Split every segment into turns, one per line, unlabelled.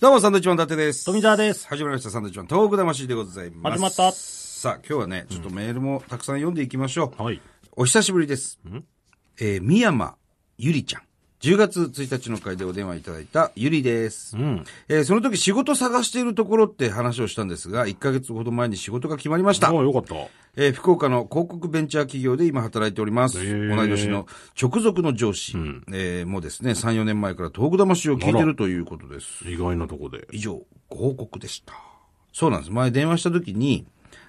どうも、サンドイッチマン伊達です。
富澤です
始まりました、サンドイッチマン、東北魂でございます。
始まった
さあ、今日はね、ちょっとメールもたくさん読んでいきましょう。
はい。
お久しぶりです。えー、三山ゆりちゃん。10月1日の会でお電話いただいたゆりです。えーその時仕事探しているところって話をしたんですが、1ヶ月ほど前に仕事が決まりました
ああ、。よかった。
えー福岡の広告ベンチャー企業で今働いております。同
ー
い年の直属の上司、えーもうですね、3、4年前から東北魂を聞いて
あ
るということです。
意外なとこで。
以上、ご報告でした。そうなんです。前電話した時に、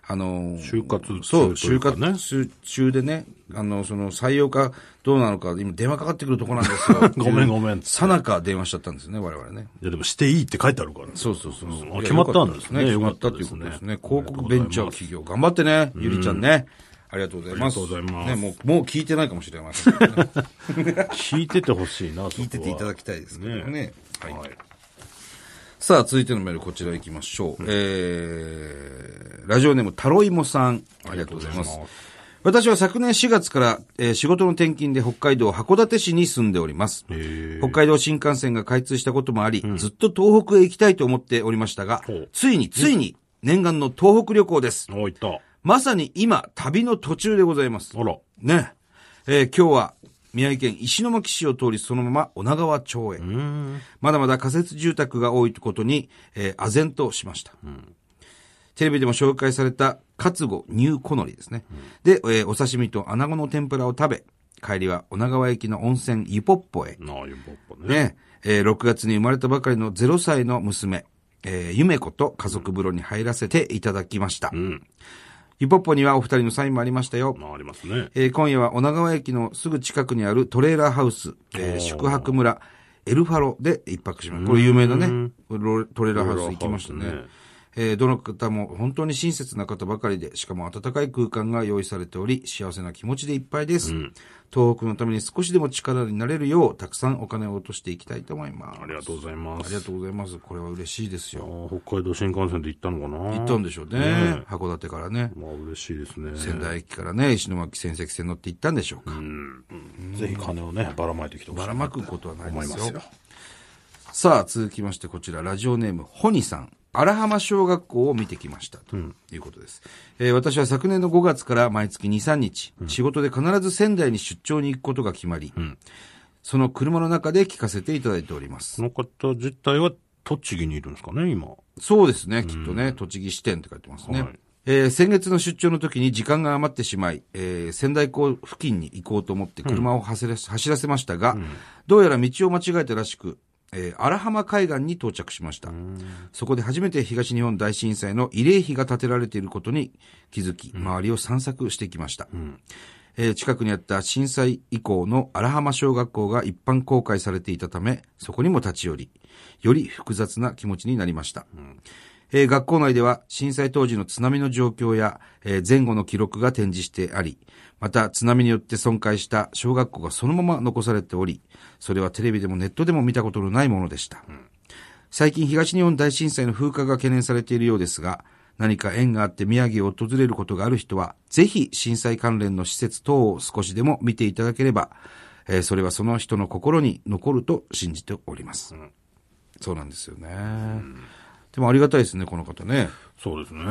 あのー
就活中
そう、
とい
就
うかね
活中でね、あの、その採用かどうなのか、今電話かかってくるとこなんですよ。
ごめんごめん
さなか電話しちゃったんですね、我々ね。
いや、でもしていいって書いてあるからね。
そうそうそうそう。
あ決まったんですね
いやよかったと
よ
い
かっ
う
たです
こ
ね
とですね。広告ベンチャー企業、頑張ってね、ゆりちゃんね。ありがとうございます。
ありがとうございま
ね、
す
もう、もう聞いてないかもしれま せんけどね、
聞いててほしいな、聞
聞いてていただきたいですけどね。
ね
はい
はい。
さあ、続いてのメール、こちら行きましょう。えー、ラジオネーム、タロイモさん。ありがとうございます
ありがとうございま。
私は昨年4月から、えー仕事の転勤で北海道函館市に住んでおります。
へ
北海道新幹線が開通したこともあり、ずっと東北へ行きたいと思っておりましたが
ほう、
ついについに念願の東北旅行です。
おいった。あ
まさに今、旅の途中でございます。
ら。
ねえ。えー今日は、宮城県石巻市を通りそのまま女川町へ。
うん。
まだまだ仮設住宅が多いことに、えー、唖然としました。テレビでも紹介された、カツゴニューコノリですね。で、えーお刺身と穴子の天ぷらを食べ、帰りは女川駅の温泉湯ポッポへ。
なあ、よかったね。
ね、えー6月に生まれたばかりの0歳の娘、えーゆめ子と家族風呂に入らせていただきました。
うん。
湯ポッポにはお二人のサインもありましたよ。
まあ、ありますね。
えー今夜は女川駅のすぐ近くにあるトレーラーハウス、えー
おー
宿泊村、エルファロで一泊します。これ有名なね、ロトレーラーハウス行きました
トレーラー
ね
ハウ。
えーどの方も本当に親切な方ばかりで、しかも温かい空間が用意されており、幸せな気持ちでいっぱいです。東北のために少しでも力になれるよう、たくさんお金を落としていきたいと思います。
ありがとうござい
あ
ます。
りがとうございます。これは嬉しいですよ。
ああ北海道新幹線で行ったのかな
行ったんでしょうね。
ね
函館からね。
まあ、嬉しいですね。
仙台駅からね、石巻仙石線乗って行ったんでしょうか。
ぜひ金をね、ばらまいてきてほしい
ばらまくことはないで
思い
す
ま
よ
すよ。
さあ続きましてこちらラジオネームホニさん荒浜小学校を見てきましたということです、えー私は昨年の5月から毎月23日、仕事で必ず仙台に出張に行くことが決まり、その車の中で聞かせていただいております
この方自体は栃木にいるんですかね、今。
そうですね、きっとね、栃木支店って書いてますね。
はい
えー先月の出張の時に時間が余ってしまい、えー仙台港付近に行こうと思って車を走らせ,、走らせましたが、どうやら道を間違えたらしく、えー荒浜海岸に到着しました。そこで初めて東日本大震災の慰霊碑が建てられていることに気づき、周りを散策してきました。えー近くにあった震災以降の荒浜小学校が一般公開されていたため、そこにも立ち寄り、より複雑な気持ちになりました。えー学校内では震災当時の津波の状況や、えー前後の記録が展示してあり、また津波によって損壊した小学校がそのまま残されており、それはテレビでもネットでも見たことのないものでした。最近東日本大震災の風化が懸念されているようですが、何か縁があって宮城を訪れることがある人は、ぜひ震災関連の施設等を少しでも見ていただければ、えーそれはその人の心に残ると信じております。そうなんですよね。でもありがたいですね、この方ね。
そうですね。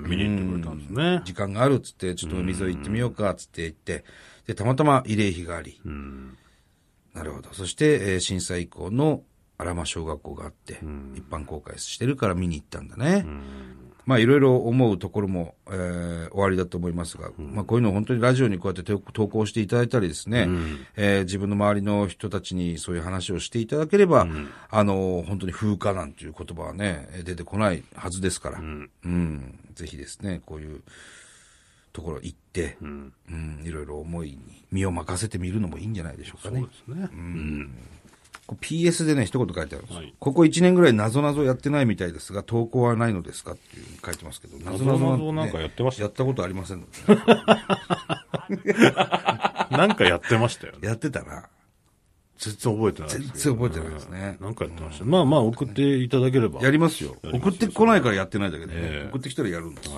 見に行ってくれたんですね。
時間があるっつって、ちょっと海沿い行ってみようかっつって行って、で、たまたま慰霊碑があり。なるほど。そして、えー震災以降の荒間小学校があって、一般公開してるから見に行ったんだね。まあ、いろいろ思うところも、えー、終わりだと思いますが、まあ、こういうのを本当にラジオにこうやって投投稿していただいたりですね、えー自分の周りの人たちにそういう話をしていただければ、あの、本当に風化なんていう言葉はね、えー出てこないはずですから、うん、ぜひですね、こういうところ行って、うん、いろいろ思いに身を任せてみるのもいいんじゃないでしょうかね
そう。ですね。
こう PS でね、一言書いてあるんですよ、
はい
ここ1年ぐらい謎々やってないみたいですが、投稿はないのですかっていうふうに書いてますけど、謎
謎々なんかやってました
やったことありませんのでね
なんかやってましたよね。
やってた ら、
全然覚えてないです
全
けど。
然覚えてないですね。
なんかやってました。まあまあ、送っていただければ。
やりますよ。
ります
送ってこないからやってないだけでね、
ええ
送ってきたらやるんです。